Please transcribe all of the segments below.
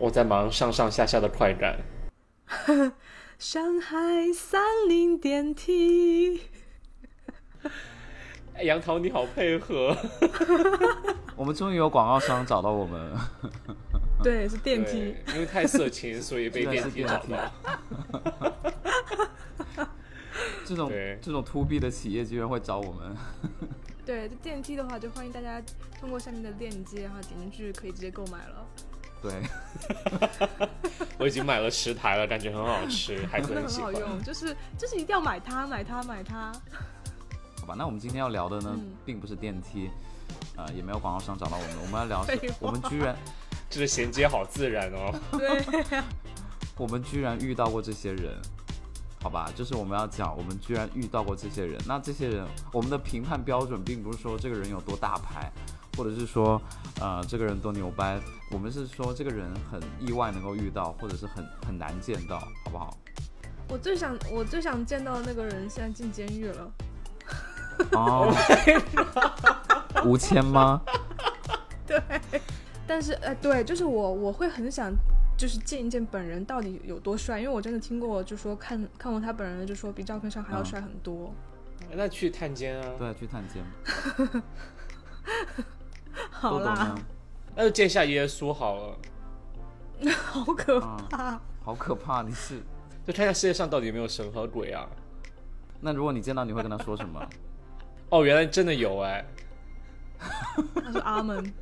我在忙上上下下的快感。上海三菱电梯，哎杨桃你好配合，我们终于有广告商找到我们 了，对，是电梯对，，因为太色情，所 以被真的电是梯电找梯到。这种对这种 to B 的企业居然会找我们， 对，这电梯的话，就欢迎大家通过下面的链接，然后点进去可以直接购买了。对，我已经买了十台了，感觉很好吃，孩子真很的很喜好欢。用，就是就是一定要买它，买它，买它。好吧，那我们今天要聊的呢，嗯并不是电梯，呃，也没有广告商找到我们，我们要聊的废是话我们居然这个衔接好自然哦。 对，我们居然遇到过这些人，好吧，就是我们要讲我们居然遇到过这些人。那这些人，我们的评判标准并不是说这个人有多大牌，或者是说呃这个人多牛掰，我们是说这个人很意外能够遇到，或者是很很难见到，好不好？我最想我最想见到的那个人现在进监狱了。 哦，吴谦吗？但是，呃，对，就是我，我会很想，就是见一见本人到底有多帅，因为我真的听过，就说看看过他本人的，就说比照片上还要嗯帅很多。那去探监啊，对，去探监。好豆豆啦呢，？那就见一下耶稣好了，好可嗯怕。好可怕！你是就看一下世界上到底有没有神和鬼啊。那如果你见到，你会跟他说什 么？哦，原来真的有哎，他说阿门，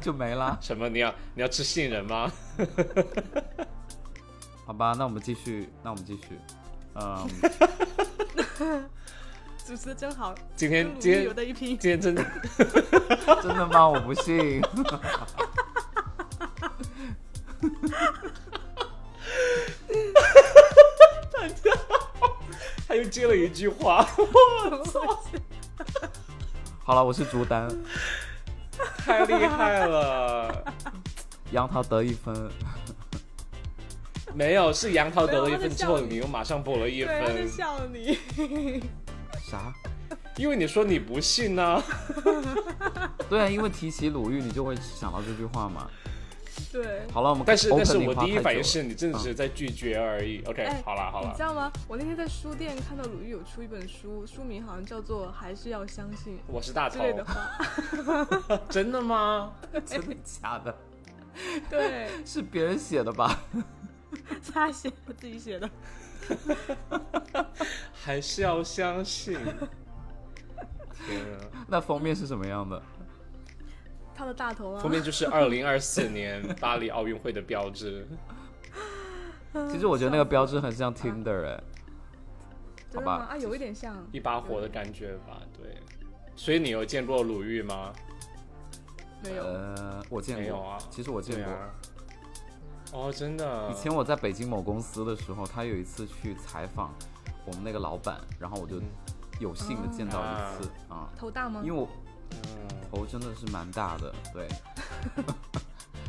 就没啦。什么你要你要吃杏仁吗？好吧，那我们继续，那我们继续。 嗯，主持的真好， 今天跟鲁今豫天有的一拼。今天真的真的吗？我不信。他又接了一句话，好了，我是朱丹，太厉害 了。杨桃得一分。没有，是杨桃得了没一有他在分之后，笑你你又马上补了一对，他在分，笑你。啥？因为你说你不信呢、 对啊，因为提起鲁豫，你就会想到这句话嘛。 对，好了，我们但是但是 opening 我花第一太反应久是了嗯你真的只是在拒绝而已。OK，哎好啦好你啦知，道吗？我那天在书店看到鲁豫有出一本书，书名好像叫做《还是要相信我是大》之头，类的话。真的吗？真的假的？ 对，是别人写的吧？是他写的，自己写的。还是要相 信。天啊！那封面是什么样的？他的大头啊封，面就是二零二四 年巴黎奥运会的标志，嗯其实我觉得那个标志很啊像 Tinder 哎、真的好吗？吧啊，有一点像。一把火的感觉吧？对。所以你有见过鲁豫吗？没有，呃，我见过。没有啊其实我见对过。啊。哦，真的。以前我在北京某公司的时候，他有一次去采访我们那个老板，然后我就嗯有幸的见到一次啊、头大吗？因为我嗯头真的是蛮大的，对，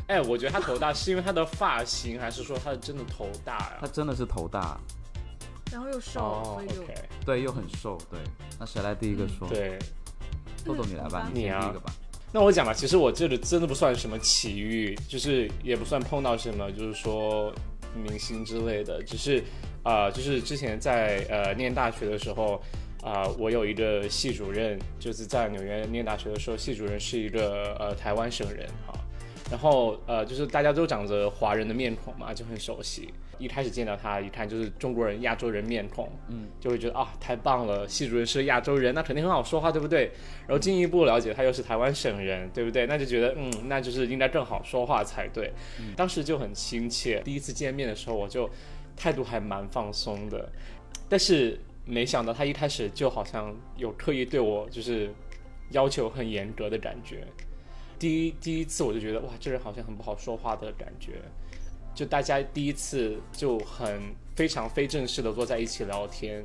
哎，我觉得他头 大是因为他的发型，还是说他真的头大呀、他真的是头大，然后又瘦，哦所以就，OK，对，又很瘦，对。那谁来第一个说？嗯对。豆豆你来嗯吧，你先啊第一个吧。那我讲吧，其实我这里真的不算什么奇遇，就是也不算碰到什么，就是说明星之类的，只是啊、呃就是之前在呃念大学的时候，啊、我有一个系主任，就是在纽约念大学的时候，系主任是一个呃台湾省人哈、然后呃就是大家都长着华人的面孔嘛，就很熟悉。一开始见到他，一看就是中国人、亚洲人面孔，嗯，就会觉得啊太棒了，系主任是亚洲人，那肯定很好说话，对不对？然后进一步了解他又是台湾省人，对不对？那就觉得嗯，那就是应该更好说话才对。当时就很亲切，第一次见面的时候我就态度还蛮放松的，但是没想到他一开始就好像有刻意对我就是要求很严格的感觉。第一第一次我就觉得哇，这人好像很不好说话的感觉。就大家第一次就很非常非正式的坐在一起聊天，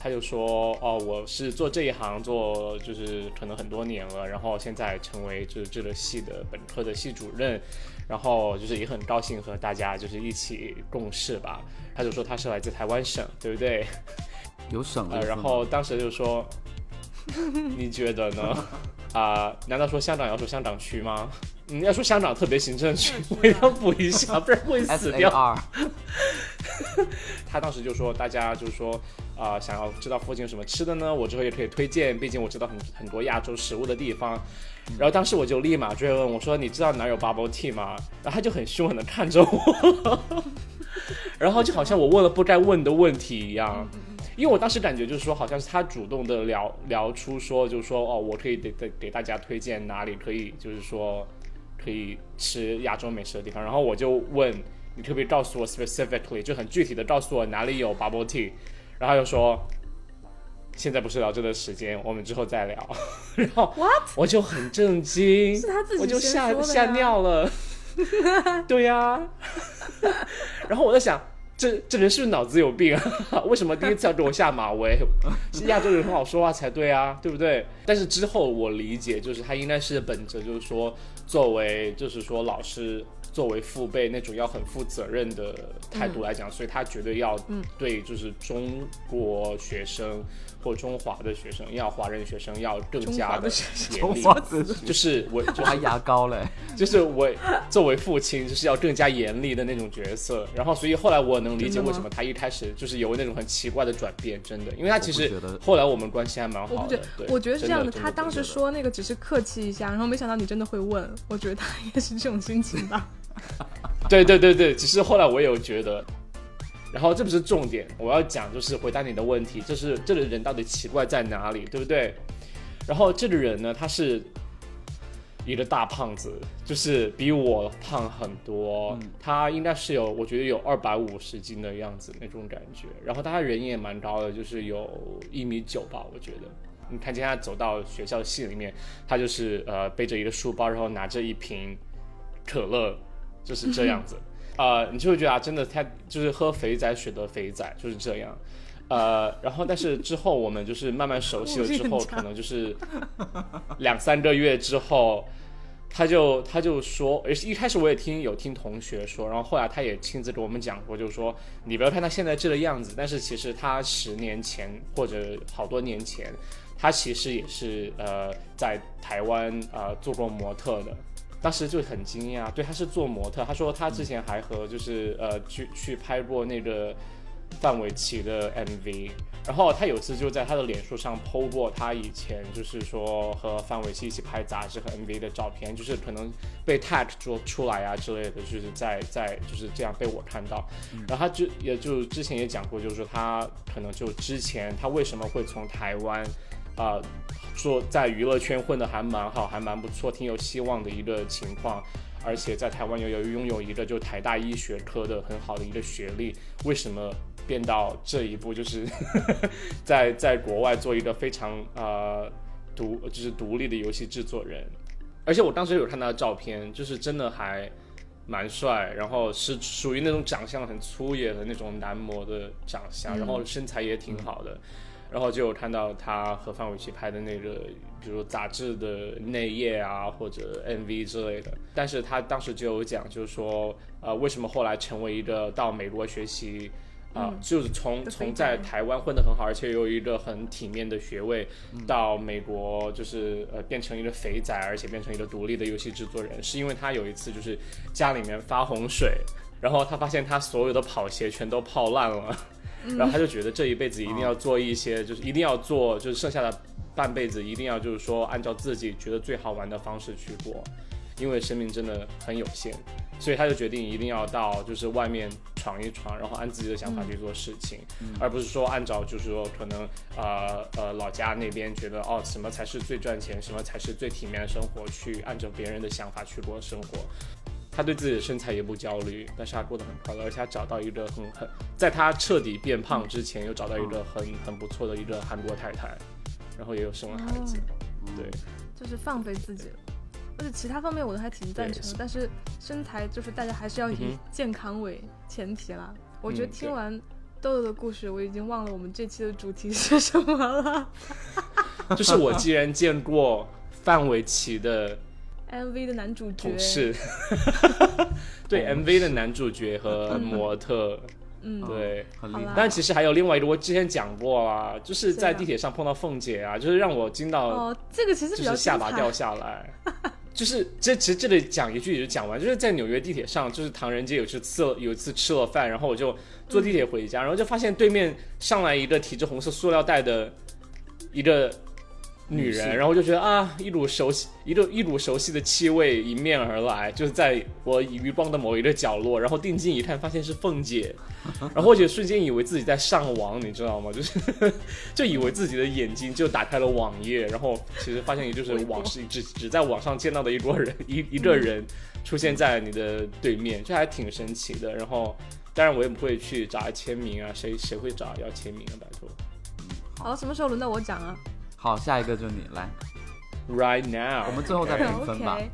他就说哦，我是做这一行做就是可能很多年了，然后现在成为就是这个系的本科的系主任，然后就是也很高兴和大家就是一起共事吧。他就说他是来自台湾省，对不对？有省呃，略、然后当时就说， 你觉得呢？啊、难道说香港要说香港区吗？你要说香港特别行政区，我一定要补一下，不然会 S 死 A 掉。 R，他当时就说，大家就是说，啊、想要知道附近有什么吃的呢？我之后也可以推荐，毕竟我知道很很多亚洲食物的地方。然后当时我就立马追问我说：“你知道哪有 bubble tea 吗？”然后他就很凶狠的看着我，然后就好像我问了不该问的问题一样。嗯因为我当时感觉就是说，好像是他主动的聊聊出说，就是说哦，我可以给给给大家推荐哪里可以，就是说可以吃亚洲美食的地方。然后我就问你可不可以告诉我 specifically，就很具体的告诉我哪里有 bubble tea，然后他就说现在不是聊这个时间，我们之后再聊。 然后 What？我就很震惊，是他自己我就先吓说的吓呀尿了。 对呀、 然后我在想，这这人是不是脑子有病啊？ 为什么第一次要给我下马威？ 是亚洲人很好说话才对啊，对不对？但是之后我理解，就是他应该是本着就是说，作为就是说老师。作为父辈那种要很负责任的态度来讲，所以他绝对要嗯对就是中国学生或中华的学生，要华人学生要更中加华的的学生严 我厉，忘记就是我就是挖牙膏嘞，就是我作为父亲，就是要更加严厉的那种角色。然后，所以后来我能理解真的吗为什么他一开始就是有那种很奇怪的转变，真的，因为他其实我不觉得后来我们关系还蛮我好不觉的得。，对我觉得是这样真的的。真他当时真的说那个只是客气一下，然后没想到你真的会问，我觉得他应该是这种心情吧。 对对对对，只是后来我有觉得，然后这不是重点，我要讲就是回答你的问题，就是这个人到底奇怪在哪里，对不对？然后这个人呢，他是一个大胖子，就是比我胖很多，他应该是有，我觉得有二百五十斤的样子那种感觉。然后他人也蛮高的，就是有一米九吧，我觉得。你看见他走到学校系里面，他就是呃背着一个书包，然后拿着一瓶可乐，就是这样子。呃，你就会觉得啊，真的他就是喝肥仔水的肥仔就是这样。呃，然后但是之后我们就是慢慢熟悉了之后，我是很差可能就是两三个月之后，他就他就说，而且一开始我也听有听同学说，然后后来他也亲自给我们讲过，就是说你不要看他现在这个样子，但是其实他十年前或者好多年前，他其实也是呃在台湾呃做过模特的。当时就很惊讶，对，他是做模特。他说他之前还和就是呃去去拍过那个范玮琪的 MV，然后他有次就在他的脸书上 PO 过他以前就是说和范玮琪一起拍杂志和 MV 的照片，就是可能被 tag 说出来啊之类的，就是在在就是这样被我看到。然后他就也就之前也讲过，就是说他可能就之前他为什么会从台湾啊、呃说在娱乐圈混得还蛮好，还蛮不错，挺有希望的一个情况。而且在台湾又有拥有一个就台大医学科的很好的一个学历，为什么变到这一步，就是 在在国外做一个非常呃独就是独立的游戏制作人？而且我当时有看他的照片，就是真的还蛮帅，然后是属于那种长相很粗野的那种男模的长相，然后身材也挺好的。然后就有看到他和范玮琪拍的那个，比如杂志的内页啊，或者 MV 之类的。但是他当时就有讲，就是说，呃，为什么后来成为一个到美国学习，啊、就是从的从飞在仔台湾混得很好，而且有一个很体面的学位，到美国就是呃变成一个肥仔，而且变成一个独立的游戏制作人，是因为他有一次就是家里面发洪水，然后他发现他所有的跑鞋全都泡烂了，然后他就觉得这一辈子一定要做一些，就是一定要做，就是剩下的半辈子一定要就是说按照自己觉得最好玩的方式去过，因为生命真的很有限，所以他就决定一定要到就是外面闯一闯，然后按自己的想法去做事情，而不是说按照就是说可能呃呃老家那边觉得哦什么才是最赚钱，什么才是最体面的生活，去按照别人的想法去过生活。他对自己的身材也不焦虑，但是他过得很快乐，而且他找到一个很很，在他彻底变胖之前，又找到一个很很不错的一个韩国太太，然后也有生了孩子， 哦对，就是放飞自己了。而且其他方面我都还挺赞成的对，但是身材就是大家还是要嗯以哼健康为前提啦。我觉得嗯听对完豆豆的故事，我已经忘了我们这期的主题是什么了。就是我既然见过范玮琪的 MV 的男主角同，事， 对同 MV 的男主角和模特，嗯，对。很厉好啦害。但其实还有另外一个，我之前讲过啊，就是谁在啊地铁上碰到凤姐啊，就是让我惊到哦，这个其实就比较是下精巴掉 彩。下来，就是这其实这里讲一句也就讲完，就是在纽约地铁上，就是唐人街有次吃了有一次吃了饭，然后我就坐地铁嗯回家，然后就发现对面上来一个提着红色塑料袋的一个女女人，士然后我就觉得啊，一股熟悉一个一股熟悉的气味迎面而来，就是在我余光的某一个角落，然后定睛一看，发现是凤姐，然后我就瞬间以为自己在上网，你知道吗？就是 就以为自己的眼睛就打开了网页，然后其实发现也就是网是只只在网上见到的一波人一一嗯个人出现在你的对面，这还挺神奇的。然后当然我也不会去找他签名啊，谁谁会找要签名啊？拜托好了，什么时候轮到我讲啊好，下一个就是你来， ，right now，我们最后再 OK 评分吧。 ？OK，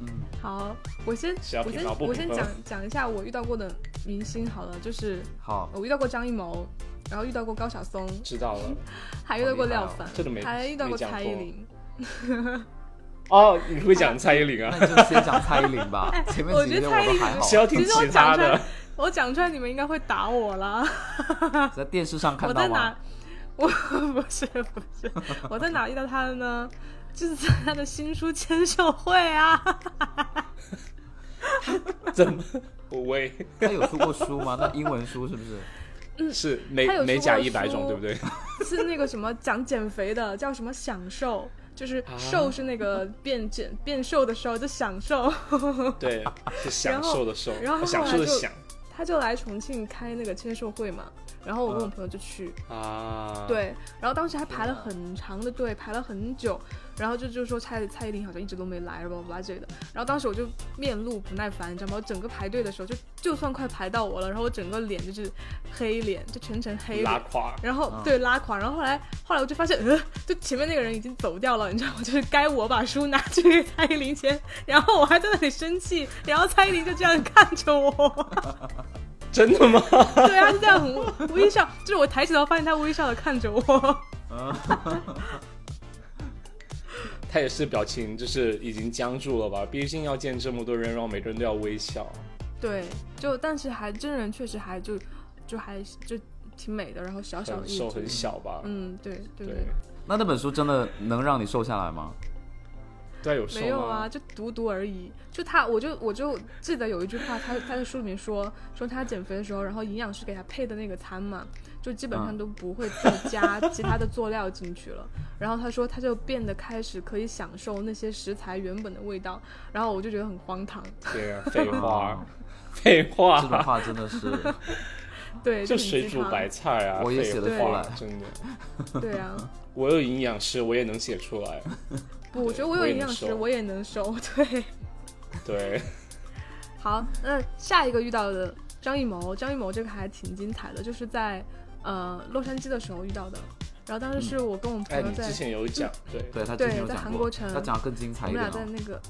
嗯，好，我先是要我评先分不我评先分讲讲一下我遇到过的明星好了，就是好，我遇到过张艺谋，然后遇到过高晓松，知道了。还遇到过廖好厉害凡哦这都没，还遇到没过讲蔡依过林。哦，你会讲蔡依林 啊？那就先讲蔡依林 吧。前面我几觉得个我蔡依都林还谁要好，听其实我其他讲出来的？我讲出来你们应该会打我啦。在电视上看我到在吗哪？？我 不是不是， 我在哪遇到他的呢？就是在他的新书签售会啊。怎么？我喂，他有出过 书吗？那英文书是不是？是美嗯他有出美过甲一百种，书对不对？是那个什么讲减肥的，叫什么享受，就是啊瘦是那个变减变瘦的时候就享受。对，是享受的受，然后然后享受后的来就享他就来重庆开那个签售会嘛，然后我跟我嗯朋友就去，啊。，对，然后当时还排了很长的队，排了很久，然后就就说蔡蔡依林好像一直都没来，巴拉巴拉之类的。然后当时我就面露不耐烦，你知道吗？我整个排队的时候，就就算快排到我了，然后我整个脸就是黑脸，就全程黑拉脸。垮。啊然后嗯对拉垮，然后后来后来我就发现，呃，就前面那个人已经走掉了，你知道吗？就是该我把书拿去给蔡依林签，然后我还在那里生气，然后蔡依林就这样看着我。 真的吗？ 对啊，就这样很微笑，就是我抬起头发现他微笑的看着我。他也是表情就是已经僵住了吧？毕竟要见这么多人，然后每个人都要微笑。对，就但是还真人确实还就就还就挺美的，然后小小很一瘦只很小吧？嗯，对对对对，，那那本书真的能让你瘦下来吗？对，有瘦没有啊，吗？就读读而已。就他，我就我就记得有一句话，他他在书里面说说他减肥的时候，然后营养师给他配的那个餐嘛，就基本上嗯都不会再 加其他的佐料进去了。然后他说他就变得开始可以享受那些食材原本的味道，然后我就觉得很荒唐。对啊，废啊话，，废这种话，话真的是，对，就很水鸡煮汤白菜啊，我也写得废出话来真的。对啊，我有营养师，我也能写出来。不，我觉得我我有也营能养师，瘦我也能瘦。 对。对，好，那下一个遇到的张艺谋，张艺谋这个还挺精彩的，就是在呃洛杉矶的时候遇到的。然后当时是我跟我朋哎，友你在，之前有 讲，对，对他对之前有在讲韩过，国城他讲的更精彩我一们点俩哦在。那个，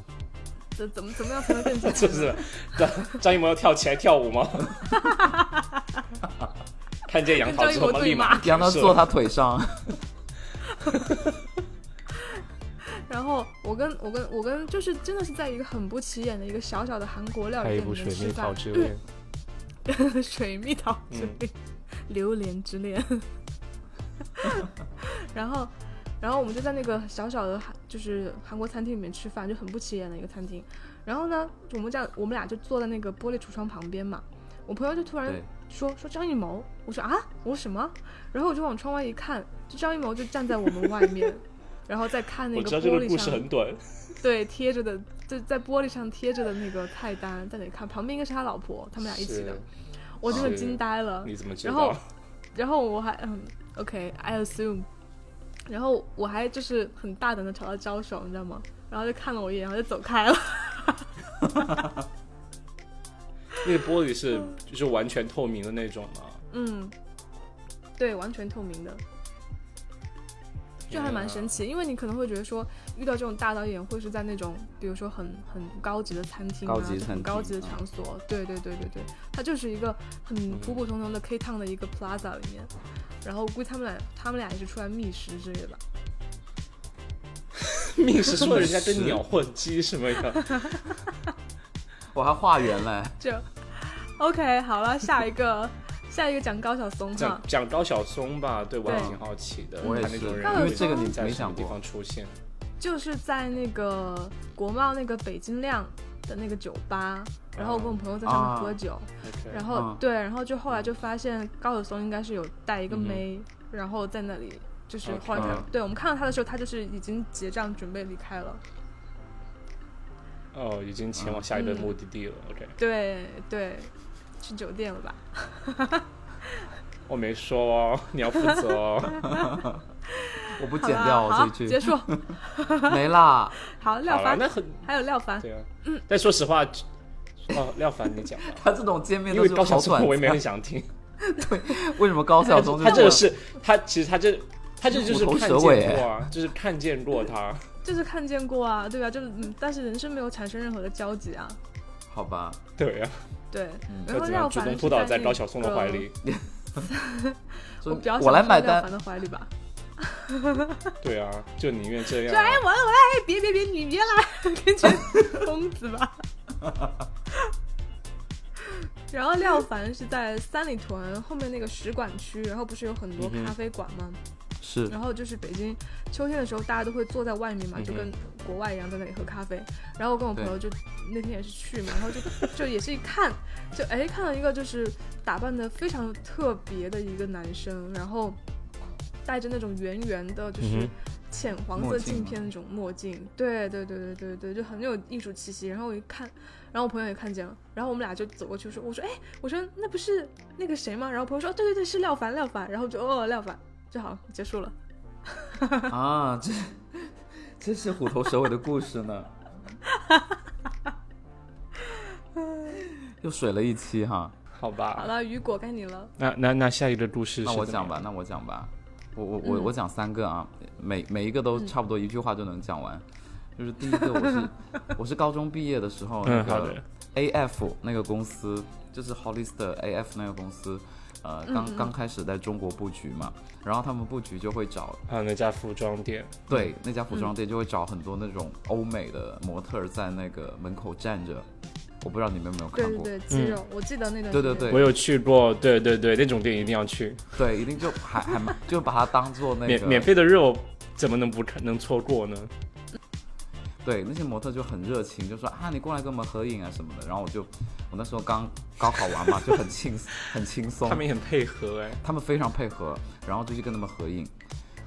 怎怎么怎么样才能 更精彩就呢？是张张艺谋要跳起来跳舞吗？ 看见杨桃之后嘛，立马让他是坐他 腿上，然后我跟我跟我跟就是真的是在一个很不起眼的一个小小的韩国料还有理一部店里《水面吃蜜桃饭，之恋》水蜜桃之嗯恋，榴莲之恋。 然后，然后我们就在那个小小的韩，就是韩国餐厅里面吃饭，就很不起眼的一个餐厅。然后呢，我们这样，我们俩就坐在那个玻璃橱窗旁边嘛。我朋友就突然对，说说张艺谋，我说啊，我说什么？然后我就往窗外一看，就张艺谋就站在我们外 面，然后再看那我个知道这玻个璃故事上很短，对贴着的，就在玻璃上贴着的那个菜单，在那里看，旁边应该是他老婆，他们俩一起的是。我真的是惊呆了，你怎么知然后道？然后我还嗯，OK，I、assume，然后我还就是很大胆的朝他招手，你知道吗？然后就看了我一眼，然后就走开了。 那个玻璃是就是完全透明的那种吗？嗯，对，完全透明的，就还蛮神奇。奇。因为你可能会觉得说，遇到这种大导演会是在那种，比如说很很高级的餐厅啊，高级餐厅很高级的嗯场所。对对对对对，它就是一个很嗯普普通通的 K Town 的一个 plaza 里面。然后估计他们俩，他们俩也是出来觅食之类的吧。 命是说人家跟鸟混鸡什 么呀？我还化缘嘞，就 OK，好了，下一个， 下一个讲高晓松哈讲。讲高晓松吧，对我还对挺好奇的，我也他那是种人高晓会松这在个你什么没讲地过方出现。就是在那个国贸那个北京亮的那个酒吧，然后我嗯跟我朋友在上面喝酒，哦啊 OK，然后、嗯对，然后就后来就发现高晓松应该是有带嗯一个妹，然后在那里就是后哦来他 OK 对我们看到他的时候，他就是已经结账准备离开了。哦，已经前往下一嗯个目的地了。OK，对对，去酒 店了吧？我没说哦，你要负责 哦。我不好剪啦掉好哦这一结 句，束。没啦。好，廖好了，凡那很还有廖凡，对啊。嗯但说实话，哦，廖凡你讲吧，他这种见面因都为是高晓好松短我也没很暂，想 听。为什么 高晓松他这这个么是他其实他这他这就是虎头看蛇尾哎见过啊，就是看见过 他。就是看见过啊，对吧、就嗯，但是人生没有产生任何的交集啊。好吧？对啊，对，嗯然要怎后么廖样主凡动是扑倒在那高晓松的个怀里？就我比较我来想买放廖单凡，的怀里吧。对啊，就宁愿这样就啊。哎，我我哎，别别别，你别来， 变 成疯子吧。然后廖凡是在三里屯后面那个使馆区，然后不是有很多嗯哼咖啡馆吗？是然后就是北京秋天的时候，大家都会坐在外面嘛，嗯哼就跟国外一样在那里喝咖啡。然后我跟我朋友就那天也是去嘛，然后就就也是一看，就哎看到一个就是打扮的非常特别的一个男生，然后戴着那种圆圆的，就嗯是哼浅黄色墨镜镜吗片那种墨镜。对对对对对对，就很有艺术气息。然后我一看，然后我朋友也看见了，然后我们俩就走过去说：“我说哎，我说那不是那个谁吗？”然后朋友说：“对对对，是廖凡，廖凡。”然后就哦廖凡。就好，结束了。 啊，这这是虎头蛇尾的故事呢，又水了一期哈。好好吧，了，雨果该你了。那那那下一个故事是那我怎么讲样吧，，那我讲吧，我我我我讲三个啊，每每一个都差不多一句话就能讲完。就是第一个，我是我是高中毕业的时候，那嗯，好的个，AF 那个公司，就是 Hollister AF 那个公司，呃，刚刚开始在中国布局嘛，然后他们布局就会找啊，那家服装店，对，那家服嗯装店就会找很多那种欧美的模特儿在那个门口站着，我不知道你们有没有对看对过，嗯对，肌肉，我记得那段时对间。对对我有去过，对对对，那种店一定要去，对，一定就还还蛮就把它当做那免个免费的肉怎么能不看能错过呢？对，那些模特就很热情，就说啊，你过来跟我们合影啊什么的。然后我就，我那时候刚高考完嘛，就很轻 很轻松他，们也很配合哎，他们非常配合，然后就去跟他们合影，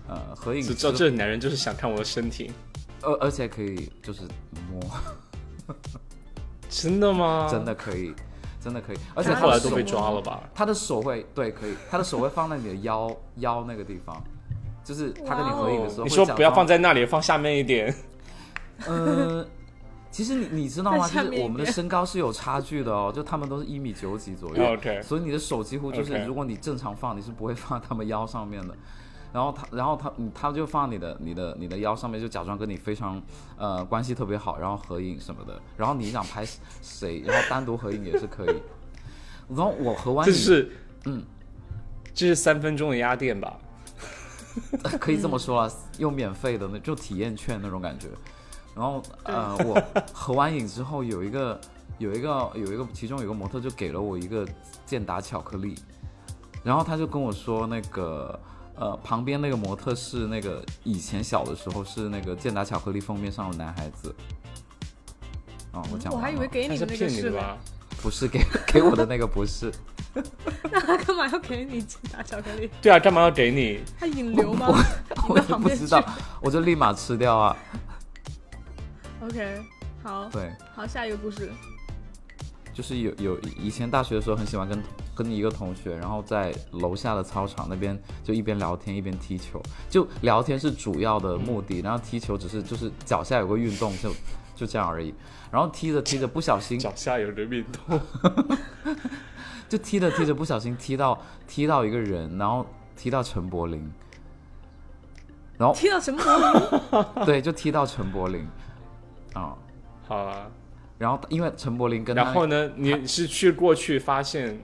呃，合影只知道之这男人就是想看我的身体，而而且可以就是摸，啊真的吗？真，的可以，真的可以，而且那他他后的来手都被抓了吧？他的手会对可以，他的手会放在你的腰腰那个地方，就是他跟你合影的时候，哦你说不要放，在那里，放下面一点，呃，其实你你知道吗？ 在下就面一是点我们的身高是有差距的哦，就他们都是一米九几左右 OK 所以你的手几乎就是哦 OK 如果你正常放，你是不会放在他们腰上面的。然后他，然后他，嗯他就放你的、你的、你的腰上面，就假装跟你非常，呃，关系特别好，然后合影什么的。然后你想拍谁，然后单独合影也是可以。然后我合完这影，是，嗯，这是三分钟的压店吧？ 可以嗯这么说了，又免费的那就体验券那种感觉。然后呃，我合完影之后有一个有一个有一个，其中有一个模特就给了我一个健达巧克力，然后他就跟我说那个。呃，旁边那个模特是那个以前小的时候是那个健达巧克力封面上的男孩子。哦，我讲我完了还以为给他你是的那个骗你是 的嘞，吧？不是给 给我的那个 不是，那他干嘛要给你鸡打巧 克力？对啊，干嘛要给你？他引流 吗？引到我也旁不边知去。道，我就立马吃掉啊。 OK，好，对，好，下一个故事。就是有有以前大学的时候很喜欢跟跟一个同学，然后在楼下的操场那边就一边聊天一边踢球，就聊天是主要的目的，然后踢球只是就是脚下有个运动就就这样而已。然后踢着踢着不小心脚下有人运动，就踢着踢着不小心踢到踢到一个人，然后踢到陈柏霖，然后踢到什么 国民？对就踢到陈柏霖啊、好啊。然后因为陈柏霖跟他然后呢，你是去过去发现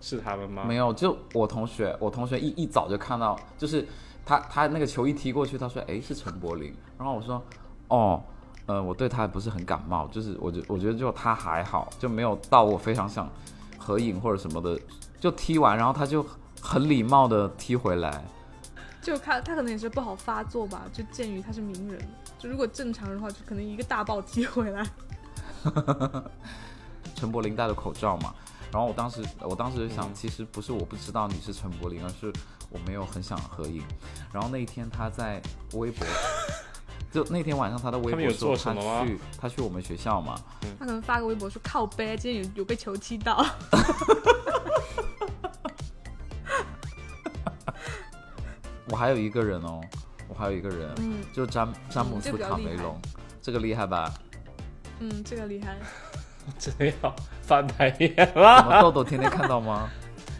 是他们吗？没有，就我同学，我同学一一早就看到，就是他他那个球一踢过去，他说诶是陈柏霖，然后我说哦，呃我对他不是很感冒，就是我觉我觉得就他还好，就没有到我非常想合影或者什么的，就踢完然后他就很礼貌的踢回来，就看他可能也是不好发作吧，就鉴于他是名人。就如果正常的话，就可能一个大暴踢回来。陈柏霖戴的口罩嘛。然后我当时，我当时就想，嗯其实不是我不知道你是陈柏霖，而是我没有很想合影。然后那一天他在 微博，就那天晚上他的微他们有博说做他什么吗去他去我们学校嘛，他可能发个微博说靠背，今天有有被球踢到。我还有一个人哦，我还有一个人，嗯就詹詹姆嗯这斯比较卡厉梅害隆，这个厉害吧？ 嗯，这个厉害。 真的要翻白眼了。怎么豆豆天天看 到吗？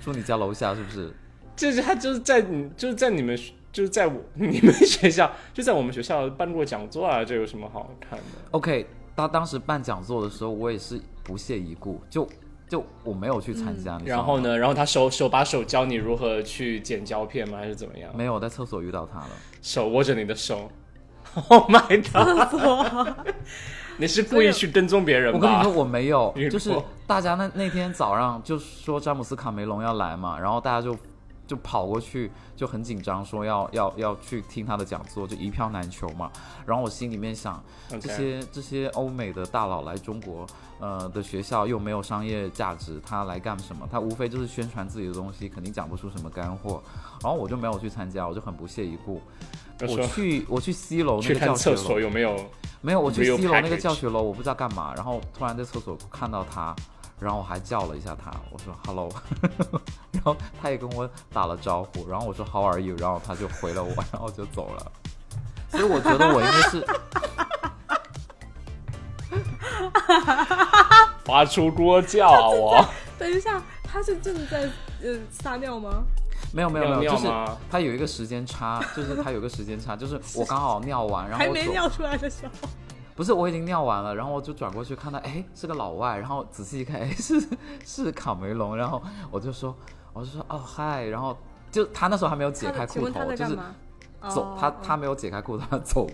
住你家楼下是不是？就是他就是在你就是在你们学就是在我 你们学校就在我们学校办过讲座啊，这有什么好看的？ OK，他当时办讲座的时候，我也是不屑一顾，就就我没有去参加。你知嗯道然后吗？呢，然后他手手把手教你如何去剪胶片吗？还是怎么样？没有，我在厕所遇到他了。手握着你的手 ，Oh my god！你是故意去跟踪别人我跟你吧说，？我 没有遇，过就是大家那那天早上就说詹姆斯卡梅隆要来嘛，然后大家就就跑过去，就很紧张，说要要要去听他的讲座，就一票难求嘛。然后我心里面想， OK 这些这些欧美的大佬来中国，呃的学校又没有商业价值，他来干什么？他无非就是宣传自己的东西，肯定讲不出什么干货。然后我就没有去参加，我就很不屑一顾。他我说去我去 C 楼那去个教看学厕楼所，有没有？没有，我去 Real C 楼那个 package 教学楼，我不知道干嘛，然后突然在厕所看到他，然后我还叫了一下他，我说 “hello”，然后他也跟我打了招呼，然后我说 “how are you”，然后他就回了我，然后我就走了。所以我觉得我应该 是，发出锅叫啊！ 我等一下，他是正在呃撒尿吗？没有没有没有，尿尿就是吗他有一个时间差，就是他有一个时间差，就是我刚好尿完，然后还我没走尿出来的时候，不是，我已经尿完了，然后我就转过去看到，哎，是个老外，然后仔细一看，哎，是是卡梅隆，然后我就说，我就说，哦嗨，然后就他那时候还没有解他开请裤问他头，在就干是嘛？走哦，他哦他没有解开裤头，他走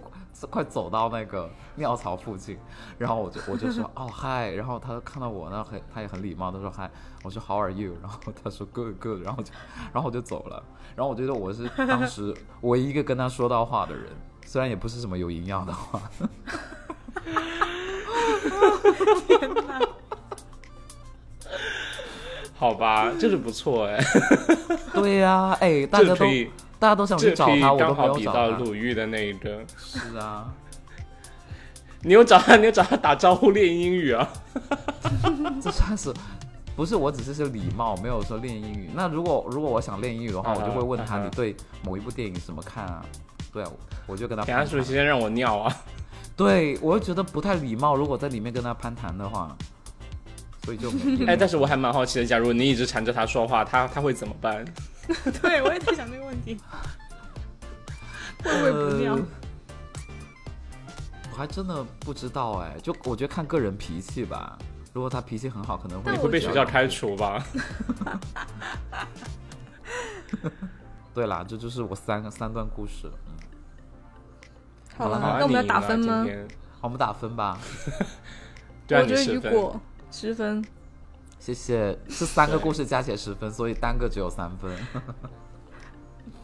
快走到那个尿槽附近，然后我就我就说，哦嗨，然后他看到我那很他也很礼貌，他说嗨，我说 How are you，然后他说 Good good，然后就然后我就走了，然后我觉得我是当时唯一一个跟他说到话的人，虽然也不是什么有营养的话。好吧，这个不错哎， 对呀、哎，大家这都可以大家都想这去个找可以他，我都刚没好有比找到他。鲁豫的那一个。是啊，你有找他，你有找他打招呼练英语啊？ 这算是不是？我只是是礼貌，没有说练英语。那如果如果我想练英语的话，啊我哈就会问他啊哈你对某一部电影怎么看啊？对啊，我我就跟他等下攀是不谈是。先让我尿啊？对，我又觉得不太礼貌，如果在里面跟他攀谈的话，所以就 没哎，但是我还蛮好奇的，假如你一直缠着他说话，他他会怎么办？对我也在想这个问 题，会不会不尿呃？我还真的不知道哎，就我觉得看个人脾气吧。如果他脾气很好，可能会但你我会被觉学得校开除吧？对啦，这就是我三个三段故事。嗯，好好了，啊那我们要打分吗你？赢了？今天好，我们打分吧。对啊，我你觉得十雨分。果十分，谢谢，是三个故事加起来十分，所以单个只有三分。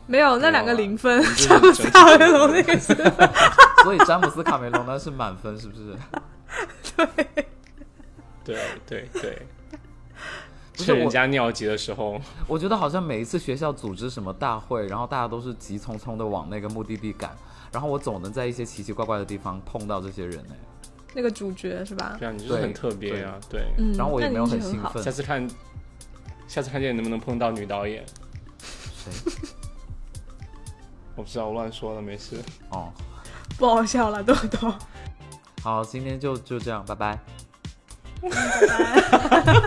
没有那两没有个啊零分， 是詹姆斯整体卡梅隆那个是所以詹姆斯卡梅隆呢是满分，是不是？对对对， 不是趁人我家尿急的时候，我觉得好像每一次学校组织什么大会，然后大家都是急匆匆的往那个目的地赶，然后我总能在一些奇奇怪怪的地方碰到这些人呢。那个主角是吧？对啊，你就是很特别啊。对，嗯，然后我也那没有你很运气兴好奋下。次看，下次看见你能不能碰到女导演。谁？我不知道，我乱说了，没事。哦，不好笑了，豆豆。好，今天就就这样，拜拜。拜拜